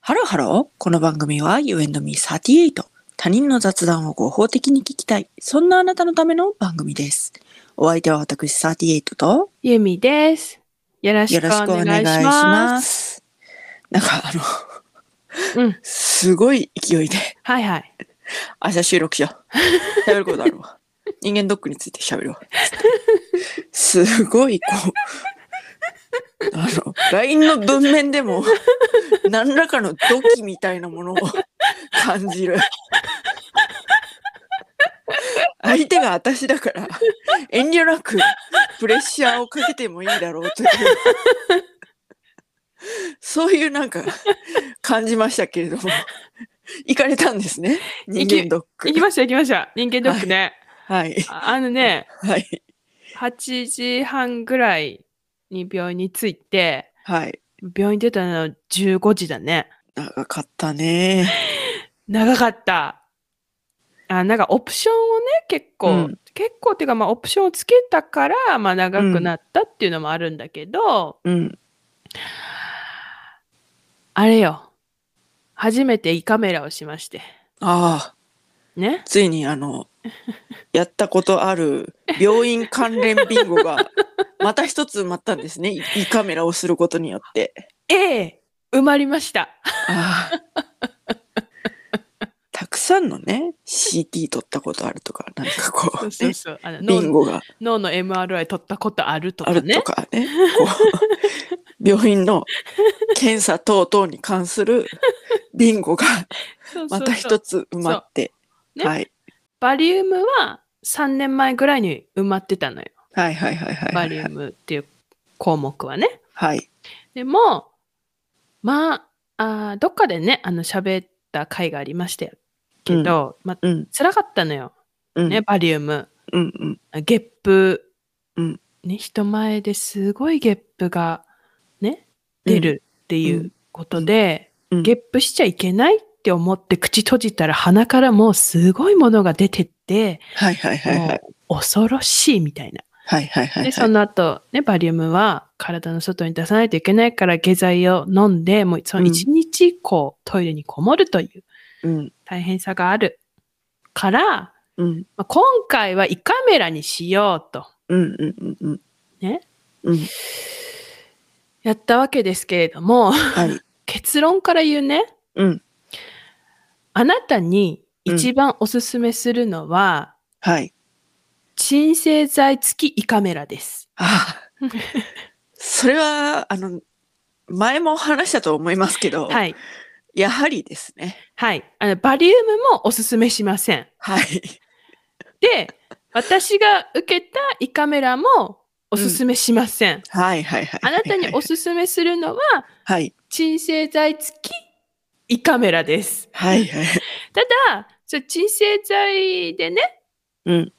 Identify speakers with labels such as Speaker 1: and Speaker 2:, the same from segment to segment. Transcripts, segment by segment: Speaker 1: ハローハロー。この番組は You and me38。他人の雑談を合法的に聞きたい。そんなあなたのための番組です。お相手は私38と
Speaker 2: ゆみです。よろし
Speaker 1: よ
Speaker 2: く
Speaker 1: ろ
Speaker 2: お
Speaker 1: しくお願
Speaker 2: 願
Speaker 1: いし
Speaker 2: いし
Speaker 1: ま
Speaker 2: ます。
Speaker 1: す。なんかあの、
Speaker 2: うん
Speaker 1: すごい勢いで
Speaker 2: はいはい。
Speaker 1: 明日収録しよ う。喋ることあるわ。人間ドックについて喋るわ。すごい、こう、あの、LINE の文面でも、何らかの土器みたいなものを感じる。相手が私だから、遠慮なくプレッシャーをかけてもいいだろうという、そういうなんか感じましたけれども、行かれたんですね。人
Speaker 2: 行き
Speaker 1: 間ドック
Speaker 2: 行。きました行きました。人間ドックね。
Speaker 1: はい。
Speaker 2: ああのね、
Speaker 1: はい。
Speaker 2: 8時半ぐらいに病院に着いて、
Speaker 1: はい。
Speaker 2: 病院出たの15時だね。
Speaker 1: 長かったね。
Speaker 2: 長かった。あなんかオプションをね、結構、
Speaker 1: うん
Speaker 2: 結構っていうか、まあ、オプションをつけたから、まあ、長くなったっていうのもあるんだけど、
Speaker 1: うん。
Speaker 2: あれよ。初めて胃カメラをしまして。
Speaker 1: ああ、
Speaker 2: ね。
Speaker 1: ついにあ の、やったことある病院関連ビンゴが、また一つ埋まったんですね。い胃カメラをすることによって。
Speaker 2: ええ埋まりました。
Speaker 1: ああ。たくさんのね、CT 取ったことあるとか、なんかこ
Speaker 2: そううそ
Speaker 1: ね
Speaker 2: う、そう。あの
Speaker 1: ビン
Speaker 2: 脳
Speaker 1: ゴが
Speaker 2: 脳の MRI 取ったことあると
Speaker 1: あ
Speaker 2: か
Speaker 1: ると
Speaker 2: ね。
Speaker 1: かね、こう、病院の検査等々に関するビンゴが
Speaker 2: そうそうそう
Speaker 1: また一つ埋まって。
Speaker 2: そうね
Speaker 1: はい。
Speaker 2: バリウムは3年前ぐらいに埋まってたのよ。
Speaker 1: はいはいはいはい。
Speaker 2: バリウムっていう項目はね。
Speaker 1: はい。
Speaker 2: でも、まあ、あーどっかでね、あの喋った回がありましたけど、まあ、
Speaker 1: うん。
Speaker 2: 辛かったのよ。
Speaker 1: うん。
Speaker 2: ね、バリウム。
Speaker 1: うんうん。
Speaker 2: ゲップ。
Speaker 1: うん
Speaker 2: ね、人前ですごいゲップが、ね、出るってい
Speaker 1: うん
Speaker 2: うことで、
Speaker 1: うん
Speaker 2: ゲップしちゃいけないって思って口閉じたら鼻からもうすごいものが出てって、
Speaker 1: はいはいはいはい。
Speaker 2: もう恐ろしいみたいな。
Speaker 1: はいはいはいはい。
Speaker 2: で、その後、ね、バリウムは体の外に出さないといけないから下剤を飲んで、もうその一日こう、トイレにこもるという
Speaker 1: うん。
Speaker 2: 大変さがあるから、
Speaker 1: うん。
Speaker 2: まあ今回は胃カメラにしようと
Speaker 1: うんうんうんうん。
Speaker 2: ね。
Speaker 1: うん。
Speaker 2: やったわけですけれども、
Speaker 1: はい。
Speaker 2: 結論から言うね、
Speaker 1: うん。
Speaker 2: あなたに一番おすすめするのは、
Speaker 1: はい。
Speaker 2: 鎮静剤付き胃カメラです。
Speaker 1: ああ。 それは、あの、前も話したと思いますけど、
Speaker 2: はい。
Speaker 1: やはりですね。
Speaker 2: はい。あの、バリウムもおすすめしません。
Speaker 1: はい。
Speaker 2: で、私が受けた胃カメラもおすすめしません。
Speaker 1: はいはいはい。
Speaker 2: あなたにおすすめするのは、
Speaker 1: はい。
Speaker 2: 鎮静剤付き胃カメラです。
Speaker 1: はいはい。
Speaker 2: ただ、それ鎮静剤でね、
Speaker 1: うん。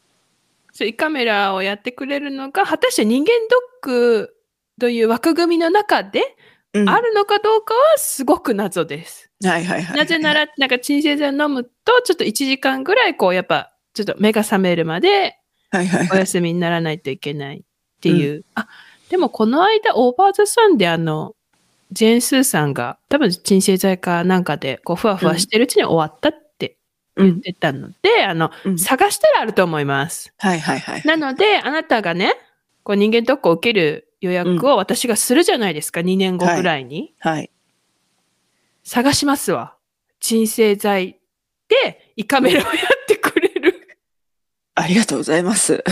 Speaker 2: そう胃カメラをやってくれるのが、果たして人間ドックという枠組みの中で
Speaker 1: うん。
Speaker 2: あるのかどうかはすごく謎です。
Speaker 1: はいはいはい。
Speaker 2: なぜな
Speaker 1: ら、
Speaker 2: ら、なんか鎮静剤を飲むと、ちょっと1時間ぐらい、こう、やっぱ、ちょっと目が覚める まで
Speaker 1: はいはい
Speaker 2: お
Speaker 1: はい。
Speaker 2: 休みにならないといけないっていう。あ、でもこの間、オーバーザサンで、あの、ジェーンスーさんが、多分鎮静剤かなんかで、こう、ふわふわしてるうちに終わったって
Speaker 1: う
Speaker 2: 言っ
Speaker 1: ん。
Speaker 2: てたので、あの、
Speaker 1: うん
Speaker 2: 探したらあると思います。
Speaker 1: はいはいはい。
Speaker 2: なので、あなたがね、こう、人間ドックを受ける予約を私がするじゃないですか、2年後ぐらいに。
Speaker 1: はい。
Speaker 2: 探しますわ。鎮静剤で胃カメラをやってくれる。
Speaker 1: ありがとうございます。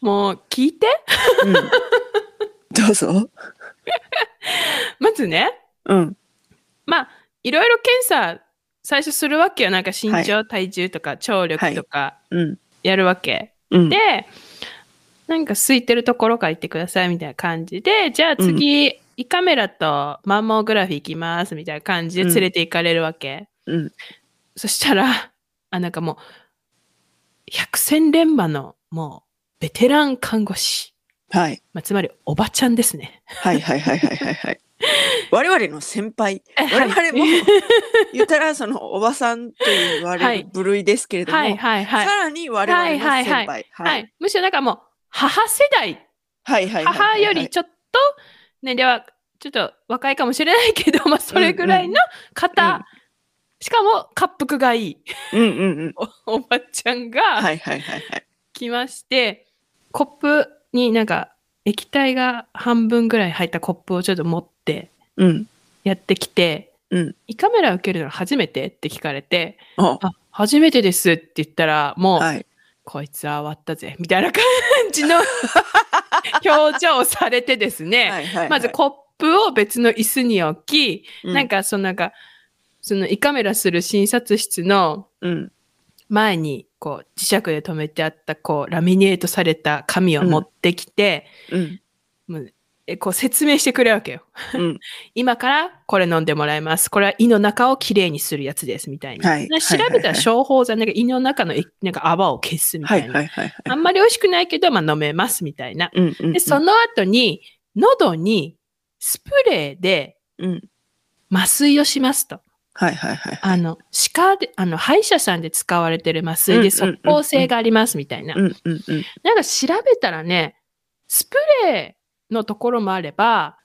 Speaker 2: もう聞いて。
Speaker 1: うん。 どうぞ。
Speaker 2: まずね、
Speaker 1: うん。
Speaker 2: まあ、いろいろ検査最初するわけよ。なんか身長、体重とか聴力とか
Speaker 1: うん。
Speaker 2: やるわけ。
Speaker 1: うん。
Speaker 2: で、なんか空いてるところから行ってくださいみたいな感じで、じゃあ次、胃カメラとマンモグラフィー行きますみたいな感じで連れて行かれるわけ。
Speaker 1: うん。
Speaker 2: そしたら、あ、なんかもう、百戦錬磨の、もう、ベテラン看護師。
Speaker 1: はい。
Speaker 2: まあ、つまり、おばちゃんですね。
Speaker 1: はいはいはいはいはい はい。我々の先輩、
Speaker 2: え
Speaker 1: 我
Speaker 2: は
Speaker 1: 々
Speaker 2: い
Speaker 1: も 言ったらそのおばさんと言わ
Speaker 2: は
Speaker 1: れ
Speaker 2: い
Speaker 1: る部類ですけれども、
Speaker 2: はいはいはい。
Speaker 1: さらに我々の先輩、
Speaker 2: はい
Speaker 1: はい
Speaker 2: は
Speaker 1: はい
Speaker 2: い。むしろなんかもう、母世代、
Speaker 1: はいはいはいはい
Speaker 2: 母よりちょっと年齢はちょっと若いかもしれないけど、まあ、それぐらいの方、
Speaker 1: うんうん
Speaker 2: しかも、滑腹がいい
Speaker 1: うんうんうん。
Speaker 2: おばちゃんが
Speaker 1: はいはいはいはい。
Speaker 2: 来まして、コップになんか液体が半分ぐらい入ったコップをちょっと持って
Speaker 1: うん。
Speaker 2: やってきて、
Speaker 1: うん
Speaker 2: 胃カメラ受けるの初めてって聞かれて、
Speaker 1: あ、
Speaker 2: あ、初めてですって言ったら、もう、
Speaker 1: はい。
Speaker 2: こいつは終わったぜ、みたいな感じの 表情をされてですね、
Speaker 1: はいはいはい
Speaker 2: まずコップを別の椅子に置き、
Speaker 1: うん
Speaker 2: なんかそのなんか、その胃カメラする診察室の
Speaker 1: うん。
Speaker 2: 前に、こう、磁石で留めてあった、こう、ラミネートされた紙を持ってきて、
Speaker 1: うん。
Speaker 2: もうえこう説明してくれるわけよ。
Speaker 1: うん。
Speaker 2: 今からこれ飲んでもらいます。これは胃の中をきれいにするやつです、みたいな。
Speaker 1: はい
Speaker 2: で調べたら処方剤、なんか胃の中のえなんか泡を消すみた
Speaker 1: はいい
Speaker 2: な。
Speaker 1: はいはいはい。
Speaker 2: あんまり美味しくないけど、まあ飲めます、みたいな。
Speaker 1: うんうんうん。
Speaker 2: で、その後に、喉にスプレーで
Speaker 1: うん。
Speaker 2: 麻酔をしますと。
Speaker 1: はいはいはい。
Speaker 2: あの、歯科で、あの、歯医者さんで使われてる麻酔
Speaker 1: うんうん
Speaker 2: で即効性がありますみたいな。
Speaker 1: うんうんうん。
Speaker 2: なんか調べたらね、スプレーのところもあれば、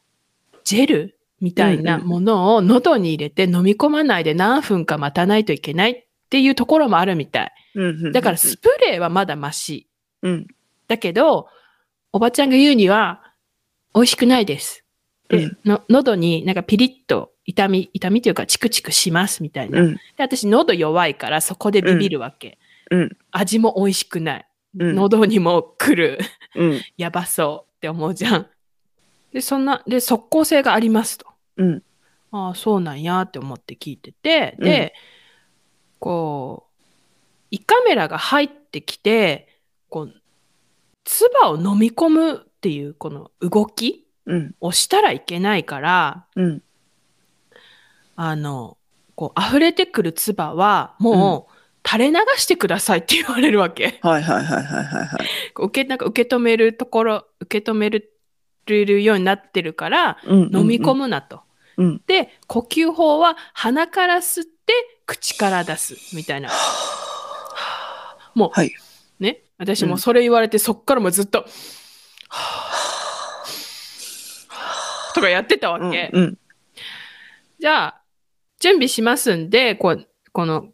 Speaker 2: ジェルみたいなものを喉に入れて飲み込まないで何分か待たないといけないっていうところもあるみたい。
Speaker 1: うんうんうん。
Speaker 2: だからスプレーはまだマシ。
Speaker 1: うん。
Speaker 2: だけど、おばちゃんが言うには、美味しくないです。で、
Speaker 1: うん
Speaker 2: の喉になんかピリッと痛み、痛みというかチクチクしますみたいな
Speaker 1: う。ん。
Speaker 2: で私喉弱いからそこでビビるわけ、
Speaker 1: うん。
Speaker 2: 味も美味しくない、
Speaker 1: うん
Speaker 2: 喉にも来る
Speaker 1: うん。
Speaker 2: やばそうって思うじゃんでそんなで即効性がありますと
Speaker 1: うん。
Speaker 2: ああそうなんやって思って聞いててで、こう胃カメラが入ってきてこう唾を飲み込むっていうこの動き
Speaker 1: うん。
Speaker 2: をしたらいけないから
Speaker 1: うん。
Speaker 2: あの、こう、溢れてくる唾は、もう、垂れ流してくださいって言われるわけ。
Speaker 1: はいはいはいはいはいはい。
Speaker 2: こう受け、なんか受け止めるところ、受け止めるようになってるから、
Speaker 1: うんうんうん。
Speaker 2: 飲み込むなと。
Speaker 1: うん
Speaker 2: で、呼吸法は鼻から吸って、口から出す、みたいな。もう、
Speaker 1: はい
Speaker 2: ね、私
Speaker 1: う
Speaker 2: も
Speaker 1: ん
Speaker 2: それ言われて、そっからもうずっと、はぁとかやってたわけ。
Speaker 1: うんうん。
Speaker 2: じゃあ、準備しますんで、こう、この、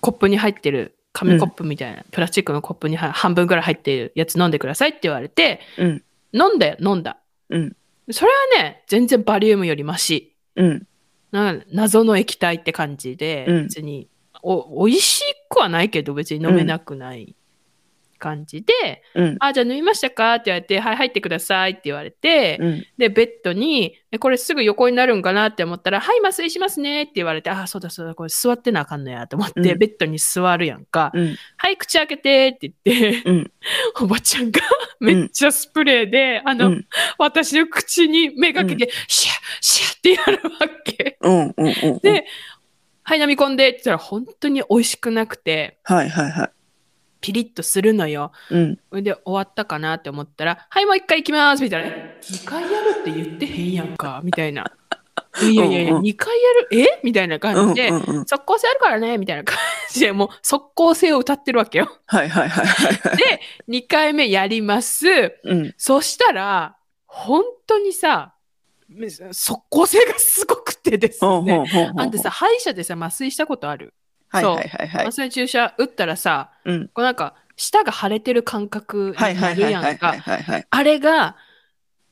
Speaker 2: コップに入ってる、紙コップみたいな、プラスチックのコップには半分ぐらい入ってるやつ飲んでくださいって言われて、
Speaker 1: うん。
Speaker 2: 飲んだよ、飲んだ。
Speaker 1: うん。
Speaker 2: それはね、全然バリウムよりマシ。
Speaker 1: うん。
Speaker 2: なんか謎の液体って感じで、
Speaker 1: うん
Speaker 2: 別に、お、美味しくはないけど、別に飲めなくない感じで、
Speaker 1: うん。
Speaker 2: あ、じゃあ飲みましたかって言われて、はい、入ってくださいって言われて、
Speaker 1: うん。
Speaker 2: で、ベッドに、えこれすぐ横になるんかなって思ったら、はい、麻酔しますねって言われて、あ、そうだそうだ、これ座ってなあかんのやと思って、
Speaker 1: うん
Speaker 2: ベッドに座るやんか、
Speaker 1: うん。
Speaker 2: はい、口開けてって言って、
Speaker 1: うん
Speaker 2: おばちゃんがめっちゃスプレーで、あの、
Speaker 1: うん
Speaker 2: 私の口に目がけて、シャッシャッってやるわけ。
Speaker 1: うん。うん。うん。
Speaker 2: で、はい、飲み込んでって言ったら、本当に美味しくなくて、
Speaker 1: はいはいは
Speaker 2: ピリッとするのよ。
Speaker 1: い。うん。
Speaker 2: それで終わったかなって思ったら「はいもう一回行きます」みたいな「2回やるって言ってへんやんか」みたいな「いやいやい
Speaker 1: うん
Speaker 2: や
Speaker 1: うん
Speaker 2: 2回やるえみたいな
Speaker 1: うん。う
Speaker 2: 感
Speaker 1: ん
Speaker 2: じで。
Speaker 1: うん。
Speaker 2: 即効性あるからねみたいな感じでもう即効性を歌ってるわけよ。
Speaker 1: はいはいはいはいはい。
Speaker 2: で2回目やります。
Speaker 1: うん。
Speaker 2: そしたら本当にさ即効性がすごくてです
Speaker 1: ほうほ
Speaker 2: ね。
Speaker 1: うほうほう。
Speaker 2: あんたさ歯医者でさ麻酔したことある
Speaker 1: はいはいはいはい
Speaker 2: 麻。酔注射打ったらさ、
Speaker 1: うん
Speaker 2: こうなんか舌が腫れてる感覚
Speaker 1: はい
Speaker 2: に
Speaker 1: は
Speaker 2: ないる
Speaker 1: はい
Speaker 2: や
Speaker 1: はいは
Speaker 2: ん
Speaker 1: い
Speaker 2: か。
Speaker 1: はいはい。
Speaker 2: あれが、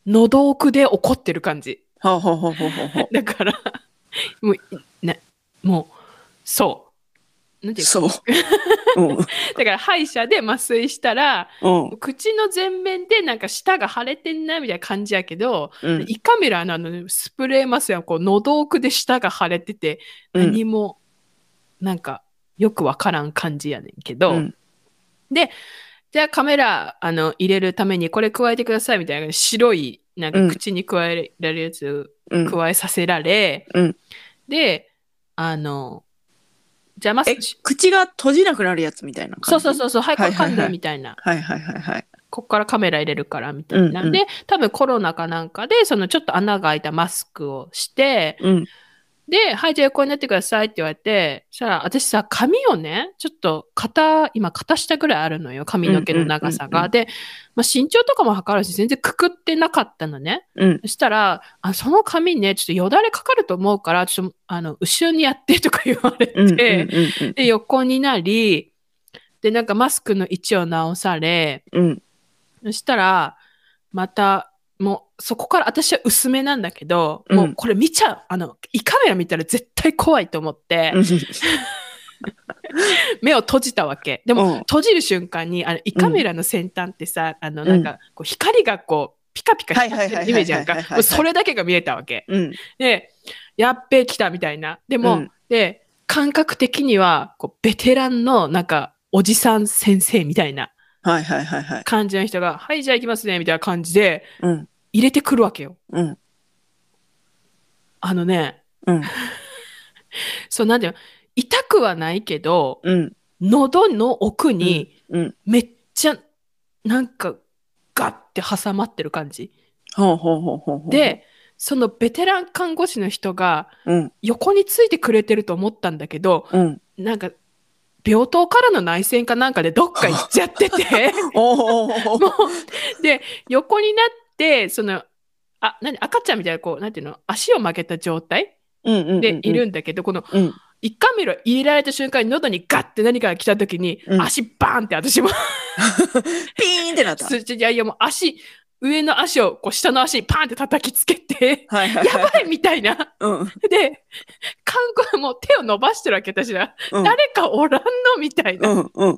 Speaker 2: 喉奥で怒ってる感じ。
Speaker 1: ほうほうほうほうほうほう。
Speaker 2: だから、もう、な、もう、そう。なんていうか
Speaker 1: そう。うん。
Speaker 2: だから歯医者で麻酔したら、
Speaker 1: うん。
Speaker 2: 口の前面でなんか舌が腫れてんなみたいな感じやけど、
Speaker 1: うん。
Speaker 2: 胃カメラのあのスプレー麻酔はこう喉奥で舌が腫れてて、何も、なんか、よくわからん感じやねんけど、
Speaker 1: うん。
Speaker 2: じゃあカメラあの入れるためにこれ加えてくださいみたいな白いなん
Speaker 1: うん
Speaker 2: か口に加えられるやつ
Speaker 1: うん。
Speaker 2: 加えさせられ、
Speaker 1: うん
Speaker 2: であのじゃあまず
Speaker 1: え、口が閉じなくなるやつみたいな感じ。
Speaker 2: そうそうそうそうはいこ
Speaker 1: はい
Speaker 2: れ
Speaker 1: はいはい
Speaker 2: 噛んだみたいな、
Speaker 1: はいはいはいはい。
Speaker 2: ここからカメラ入れるからみたいな、
Speaker 1: うんうん
Speaker 2: で多分コロナかなんかでそのちょっと穴が開いたマスクをして
Speaker 1: うん。
Speaker 2: で、はい、じゃあ横になってくださいって言われて、そしたら、私さ、髪をね、ちょっと肩、今肩下ぐらいあるのよ、髪の毛の長さ
Speaker 1: うんうんうんう
Speaker 2: が。で、まあ、身長とかも測るし、全然くくってなかったのね。
Speaker 1: うん。
Speaker 2: そしたら、あその髪ね、ちょっとよだれかかると思うから、ちょっと、あの、後ろにやってとか言われて、
Speaker 1: うん。うん。うん
Speaker 2: で、横になり、で、なんかマスクの位置を直され、
Speaker 1: うん。
Speaker 2: そしたら、また、もう、そこから私は薄めなんだけど、
Speaker 1: うん
Speaker 2: もうこれ見ちゃう。あの、胃カメラ見たら絶対怖いと思って、目を閉じたわけ。
Speaker 1: で
Speaker 2: でも、
Speaker 1: も、
Speaker 2: 閉じる瞬間に、あの、胃カメラの先端ってさ、あの、なんか、こう、光がこう、ピカピカ光ってるイメージあるか
Speaker 1: はいはいはいはいはい
Speaker 2: ら、
Speaker 1: はい
Speaker 2: もうそれだけが見えたわけ。
Speaker 1: うん。
Speaker 2: で、やっべえ来たみたいな。で
Speaker 1: う
Speaker 2: も、
Speaker 1: ん
Speaker 2: で、感覚的には、こう、ベテランの、なんか、おじさん先生みたいな
Speaker 1: はいはいはいはい。
Speaker 2: 感じの人が、はい、じゃあ行きますね、みたいな感じで、
Speaker 1: うん。
Speaker 2: 入れてくるわけよ。
Speaker 1: うん。
Speaker 2: あのね、
Speaker 1: うん。
Speaker 2: そう、なんていうの、痛くはないけど、
Speaker 1: うん。
Speaker 2: 喉の奥に、
Speaker 1: うん。
Speaker 2: めっちゃ、なんか、ガッて挟まってる感じ。
Speaker 1: ほうほうほうほうほう。、
Speaker 2: で、そのベテラン看護師の人が、
Speaker 1: うん。
Speaker 2: 横についてくれてると思ったんだけど、
Speaker 1: うん。
Speaker 2: なんか、病棟からの内戦かなんかでどっか行っちゃっ てて、
Speaker 1: おおー。
Speaker 2: もう、で、横になって、その、あ、何、赤ちゃんみたいな、こう、なんていうの、足を曲げた状態
Speaker 1: うんうんうんうん。
Speaker 2: でいるんだけど、この、
Speaker 1: うん。
Speaker 2: 一回目の入れられた瞬間に喉にガッて何かが来た時に、
Speaker 1: うん
Speaker 2: 足バーンって私も、
Speaker 1: ピーンってなった。
Speaker 2: すいやいやもう足、上の足を、こう、下の足にパーンって叩きつけ て、
Speaker 1: はいはい
Speaker 2: や
Speaker 1: はい。
Speaker 2: ばいみたいな。
Speaker 1: うん。
Speaker 2: で、看護もう手を伸ばしてるわけ、私ら。
Speaker 1: うん。
Speaker 2: 誰かおらんのみたいな
Speaker 1: う。んうん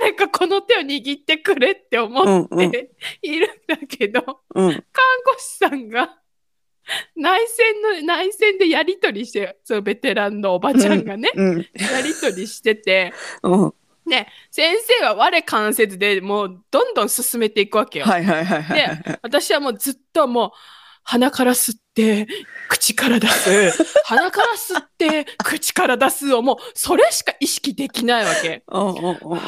Speaker 2: 誰かこの手を握ってくれって思
Speaker 1: う
Speaker 2: っ
Speaker 1: んうん
Speaker 2: ているんだけど、看
Speaker 1: うん
Speaker 2: 護師さんが内戦の内戦でやり取りしてそのベテランのおばちゃんがね、
Speaker 1: うん
Speaker 2: やり取りしてて
Speaker 1: うん
Speaker 2: ね先生は我関節でもうどんどん進めていくわけよ。
Speaker 1: はいはいはいはい
Speaker 2: 私はもうずっともう鼻から吸って口から 出す鼻から吸って口から出すをもうそれしか意識できないわけ。
Speaker 1: うんうんうん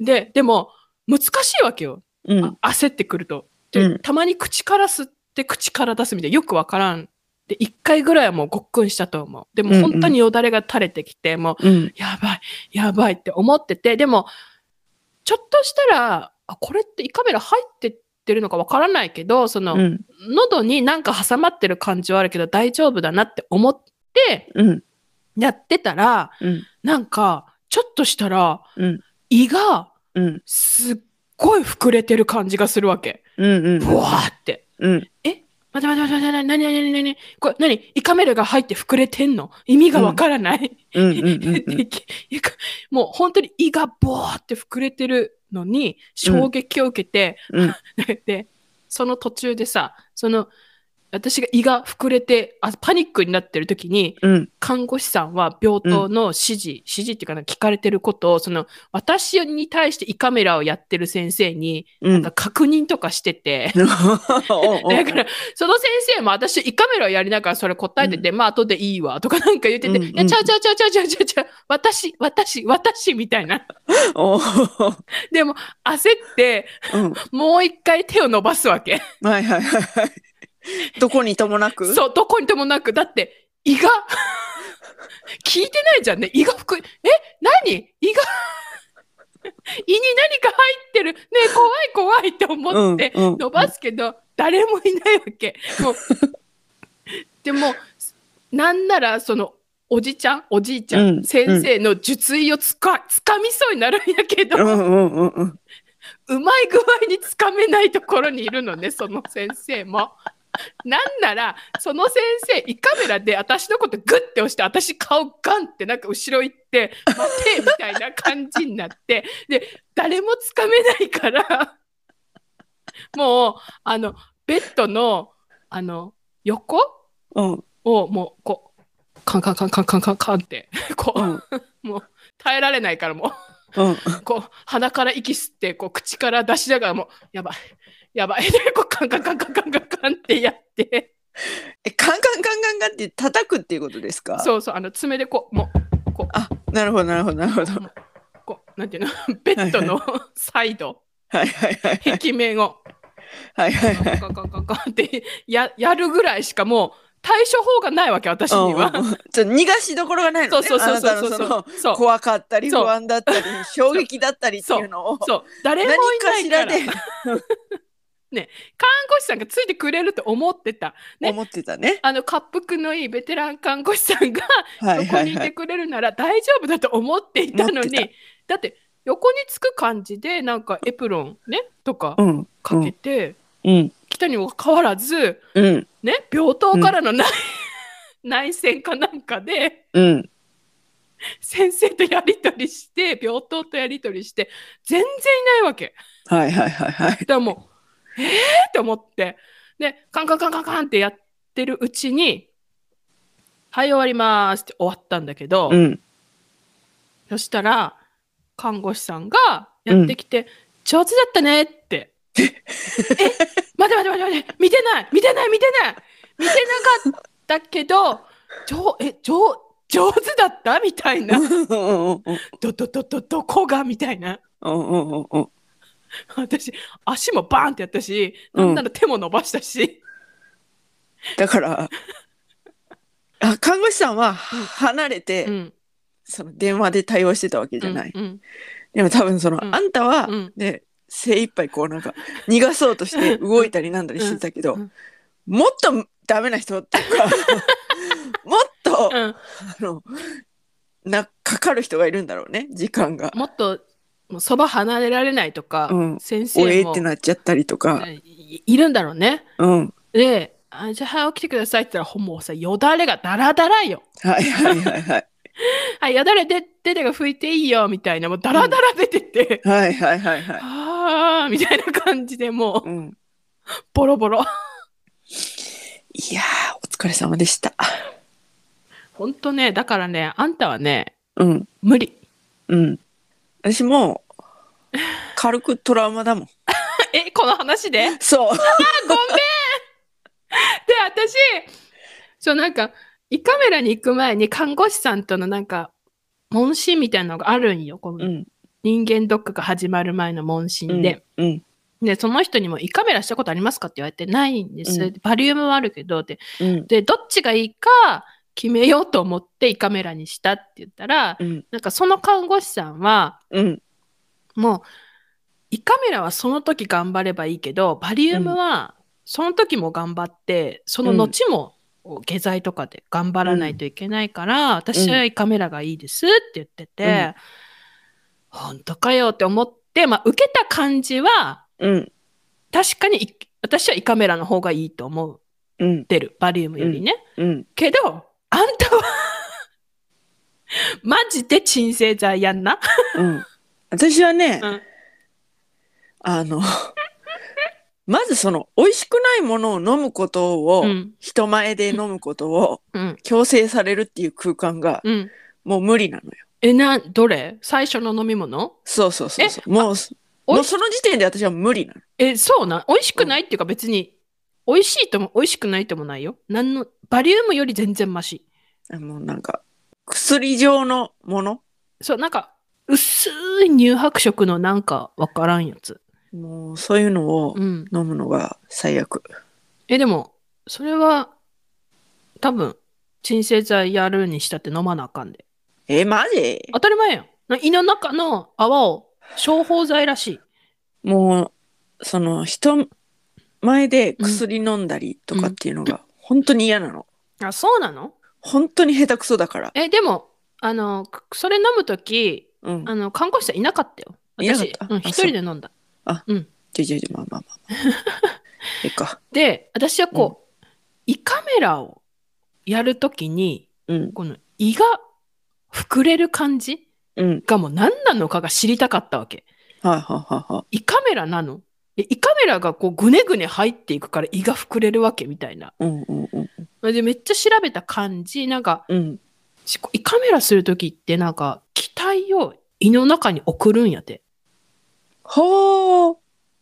Speaker 2: ででも難しいわけよ。
Speaker 1: うんうん
Speaker 2: あ焦ってくると。で、
Speaker 1: うん
Speaker 2: たまに口から吸って口から出すみたいな、よくわからん。で、一回ぐらいはもうごっくんしたと思う。で
Speaker 1: うんう
Speaker 2: も
Speaker 1: ん
Speaker 2: 本当によだれが垂れてきて、もう、
Speaker 1: うん
Speaker 2: やばい、やばいって思ってて、でも、ちょっとしたら、あ、これって胃カメラ入ってってるのかわからないけど、その、
Speaker 1: うん
Speaker 2: 喉になんか挟まってる感じはあるけど大丈夫だなって思って
Speaker 1: うん
Speaker 2: やってたら、
Speaker 1: うん
Speaker 2: なんか、ちょっとしたら、
Speaker 1: うん
Speaker 2: 胃が
Speaker 1: うん
Speaker 2: すっごい膨れてる感じがするわけ。
Speaker 1: うんうん
Speaker 2: ブワーって。
Speaker 1: うん
Speaker 2: 待て待て待て待て、なになになになにこれ、なに胃カメラが入って膨れてんの意味がわからない。
Speaker 1: うんうんうんうん
Speaker 2: でき いかもう本当に胃がボーって膨れてるのに衝撃を受けて、
Speaker 1: うん
Speaker 2: で、その途中でさ、その、私が胃が膨れてあパニックになってる時に
Speaker 1: うん
Speaker 2: 看護師さんは病棟の指示、指示っていうかな聞かれてることをその私に対して胃カメラをやってる先生に
Speaker 1: う
Speaker 2: なん
Speaker 1: ん
Speaker 2: か確認とかしてて、だから、その先生も私、胃カメラやりながらそれ答えてて、まあ、後でいいわ、とかなんか言ってて、
Speaker 1: うんうん
Speaker 2: いや、ちゃうちゃうちゃうちゃうちゃうちゃうちゃう、私、私、私、みたいな。
Speaker 1: おお
Speaker 2: でも、焦って、
Speaker 1: うん
Speaker 2: もう一回手を伸ばすわけ。
Speaker 1: はいはいはいはいどこにともなく
Speaker 2: そう、どこにともなく、だって、胃が、 聞いてないじゃんね。胃が服、え、何胃が、 胃に何か入ってる。ねえ怖い怖いって思って、
Speaker 1: うんうん
Speaker 2: 伸ばすけど、誰もいないわけ。 もうでも、なんなら、その、おじちゃん、おじいちゃん、
Speaker 1: うん
Speaker 2: 先生の術医をつか、つかみそうになるんやけど、
Speaker 1: う
Speaker 2: うん
Speaker 1: うんうんうん
Speaker 2: まい具合につかめないところにいるのね、 その先生も。なんなら、その先生、胃カメラで私のことグッて押して、私顔ガンってなんか後ろ行って、待てみたいな感じになって、で、誰もつかめないから、もう、あの、ベッドの、あの、横
Speaker 1: うん
Speaker 2: をもうこうカンカンカンカンカンカンカンってこう、
Speaker 1: うん
Speaker 2: もう耐えられないからも
Speaker 1: うん
Speaker 2: うこう鼻から息吸ってこう口から出しながらもうやばいやばいで こうカンカンカンカンカンカンカンってやって
Speaker 1: えカンカンカンカンカンって叩くっていうことですか
Speaker 2: そうそうあの爪でこうもう
Speaker 1: あなるほどなるほどなるほど
Speaker 2: こうなんていうの ベッドのサイド
Speaker 1: はいはいはいはい
Speaker 2: 壁面を
Speaker 1: はいはい
Speaker 2: カ
Speaker 1: はい
Speaker 2: ンカンカンカンカンってややるぐらいしかもう対処法がないわけ私には
Speaker 1: うんうんうんちょ逃がしどころがないの
Speaker 2: そう
Speaker 1: ね
Speaker 2: そうそうそう
Speaker 1: あな
Speaker 2: そ
Speaker 1: たの
Speaker 2: うそうそう
Speaker 1: 怖かったり
Speaker 2: そう
Speaker 1: 不安だったり衝撃だったりっていうのを
Speaker 2: そう誰もい
Speaker 1: 何か
Speaker 2: な
Speaker 1: し
Speaker 2: いからら
Speaker 1: で
Speaker 2: 看護師さんがついてくれると思ってたね
Speaker 1: 思ってたね。
Speaker 2: あの滑覆のいいベテラン看護師さんが
Speaker 1: はい
Speaker 2: そこ
Speaker 1: は
Speaker 2: に
Speaker 1: い
Speaker 2: い
Speaker 1: は
Speaker 2: て
Speaker 1: い。
Speaker 2: くれるなら大丈夫だと思っていたのに
Speaker 1: 思って
Speaker 2: だって横につく感じでなんかエプロンねとか
Speaker 1: うんう
Speaker 2: かけ
Speaker 1: ん
Speaker 2: て、
Speaker 1: うん
Speaker 2: 来たにもかかわらず
Speaker 1: うん
Speaker 2: ね病棟からの内,、内戦かなんかで
Speaker 1: うん
Speaker 2: 先生とやり取りして病棟とやり取りして全然いないわけ。
Speaker 1: はいはいはいはい。
Speaker 2: だからもうえーって思ってでカンカンカンカンカンってやってるうちに「はい終わります」って終わったんだけど。
Speaker 1: うん
Speaker 2: そしたら、看護師さんがやってきて、上手だったねって。え待って待って待って待って、見てない見てない見てない見てなかったけど、上、え、上、上手だったみたいな。
Speaker 1: うん
Speaker 2: ど、ど、ど、ど、どこがみたいな。
Speaker 1: うんうんうんうん
Speaker 2: 私、足もバーンってやったし、なんなら手も伸ばしたし。
Speaker 1: だからあ看護師さんは離れて、
Speaker 2: うん。
Speaker 1: その電話で対応してたわけじゃない。
Speaker 2: うん。
Speaker 1: でも多分その、
Speaker 2: うん
Speaker 1: あんたは、
Speaker 2: うん
Speaker 1: ね精一杯こうなんか逃がそうとして動いたりなんだりしてたけど、
Speaker 2: うんうん
Speaker 1: もっとダメな人ってい うかもっと、
Speaker 2: うん。
Speaker 1: あのなかかる人がいるんだろうね時間が。
Speaker 2: もっと、もうそば離れられないとか、
Speaker 1: うん
Speaker 2: 先
Speaker 1: おえー
Speaker 2: 生
Speaker 1: っ
Speaker 2: も
Speaker 1: てなっちゃったりとか、
Speaker 2: いいるんだろうね。
Speaker 1: うん、
Speaker 2: で、あじゃあ、はい起きてくださいって言ったら、ほんもうさ、よだれがだらだらよ。
Speaker 1: はいはいはいはい
Speaker 2: はい、よだれで、出てが拭いていいよ、みたいな、もうだらだら出てて、
Speaker 1: はいはいはいはい、
Speaker 2: あー、みたいな感じでもう、
Speaker 1: うん、
Speaker 2: ボロボロ。
Speaker 1: いやーお疲れ様でした
Speaker 2: ほんとね、だからね、あんたはね、
Speaker 1: うん
Speaker 2: 無理。
Speaker 1: うん私もう軽くトラウマだもん
Speaker 2: え、この話でで、
Speaker 1: そう
Speaker 2: 私、そう、なんか、胃カメラに行く前に看護師さんとのなんか、問診みたいなのがあるんよ。こ
Speaker 1: う
Speaker 2: の
Speaker 1: ん
Speaker 2: 人間ドックが始まる前の問診で。
Speaker 1: うん
Speaker 2: で、その人にも胃カメラしたことありますかって言われてないんです。
Speaker 1: うん
Speaker 2: バリウムはあるけど、で、
Speaker 1: うん
Speaker 2: で、どっちがいいか決めようと思って胃カメラにしたって言ったら、
Speaker 1: うん
Speaker 2: なんかその看護師さんは、
Speaker 1: うん
Speaker 2: もう、胃カメラはその時頑張ればいいけど、バリウムはその時も頑張って、その後も、下剤とかで頑張らないといけないから、私は胃カメラがいいですって言ってて、本当かよって思って、まあ、受けた感じは、
Speaker 1: うん
Speaker 2: 確かにい私は胃カメラの方がいいと思う
Speaker 1: うん
Speaker 2: 出るバリウムよりね、
Speaker 1: うん
Speaker 2: けどあんたは マジで鎮静剤やんな、
Speaker 1: うん私はね、
Speaker 2: うん
Speaker 1: あの まずその美味しくないものを飲むことを、
Speaker 2: うん
Speaker 1: 人前で飲むことを
Speaker 2: うん
Speaker 1: 強制されるっていう空間が
Speaker 2: うん、
Speaker 1: もう無理なのよ。
Speaker 2: えなどれ最初の飲み物
Speaker 1: そうそうそうそう。もうす
Speaker 2: おい
Speaker 1: もうその時点で私は無理なの。
Speaker 2: えそうなん美味しくないっていうか別に美味しいとも美味しくないともないよなんのバリウムより全然マシ
Speaker 1: あもうなんか薬状のもの
Speaker 2: そうなんか薄い乳白色のなんかわからんやつ
Speaker 1: もうそういうのを
Speaker 2: うん
Speaker 1: 飲むのが最悪。
Speaker 2: えでもそれは多分鎮静剤やるにしたって飲まなあかんで
Speaker 1: えマジ
Speaker 2: 当たり前やんな胃の中の泡を消泡剤らしい
Speaker 1: もうその人前で薬飲んだりとかっていうのが本当に嫌なの。
Speaker 2: あそうなの
Speaker 1: 本当に下手くそだから。
Speaker 2: えでもあのくそれ飲む時
Speaker 1: うん。
Speaker 2: あの看護師さんいなかったよ私
Speaker 1: いなかった
Speaker 2: うん、
Speaker 1: あ
Speaker 2: 一人で飲んだ
Speaker 1: じゃじゃじゃまあまあまあまあ。ええか。
Speaker 2: で私はこう、胃カメラをやる時に
Speaker 1: うん
Speaker 2: この胃が膨れる感じ
Speaker 1: うん。
Speaker 2: がもう何なのかが知りたかったわけ
Speaker 1: はいはいはいはい。
Speaker 2: 胃カメラなのえ胃カメラがこうぐねぐね入っていくから胃が膨れるわけみたいな
Speaker 1: うんうんうん
Speaker 2: でめっちゃ調べた感じなんか
Speaker 1: うん。
Speaker 2: し胃カメラするときってなんか気体を胃の中に送るんやて。
Speaker 1: ほー。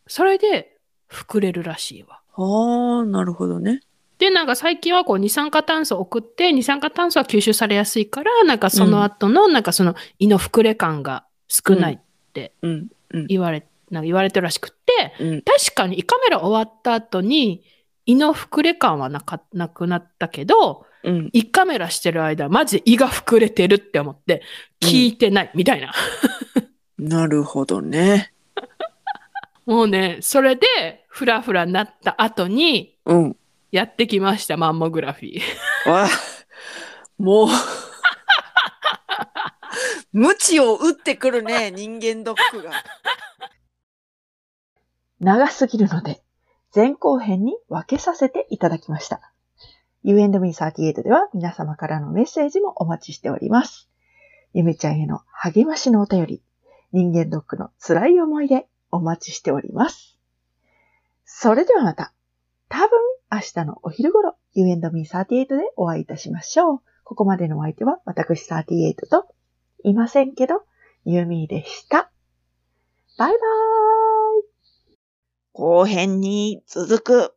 Speaker 2: それで膨れるらしいわ。
Speaker 1: はあ、なるほどね。
Speaker 2: で、なんか最近はこう二酸化炭素を送って、二酸化炭素は吸収されやすいから、なんかその後の、なんかその胃の膨れ感が少ないって
Speaker 1: うん、
Speaker 2: 言われ、なんか言われてるらしくって、
Speaker 1: うん、
Speaker 2: 確かに胃カメラ終わった後に胃の膨れ感はなかなくなったけど、
Speaker 1: うん。
Speaker 2: 胃カメラしてる間、マジで胃が膨れてるって思って、
Speaker 1: うん
Speaker 2: 聞いてない、みたいな。
Speaker 1: なるほどね。
Speaker 2: もうね、それで、フラフラになった後に、
Speaker 1: うん。
Speaker 2: やってきました、マンモグラフィー。
Speaker 1: わあ、も う。無知を打ってくるね、人間ドックが。
Speaker 3: 長すぎるので、前後編に分けさせていただきました。U&Me38 では皆様からのメッセージもお待ちしております。ゆめちゃんへの励ましのお便り、人間ドックの辛い思い出、お待ちしております。それではまた、多分明日のお昼頃、U&Me38 でお会いいたしましょう。ここまでのお相手は私38と、いませんけど、ゆみでした。バイバーイ後編に続く。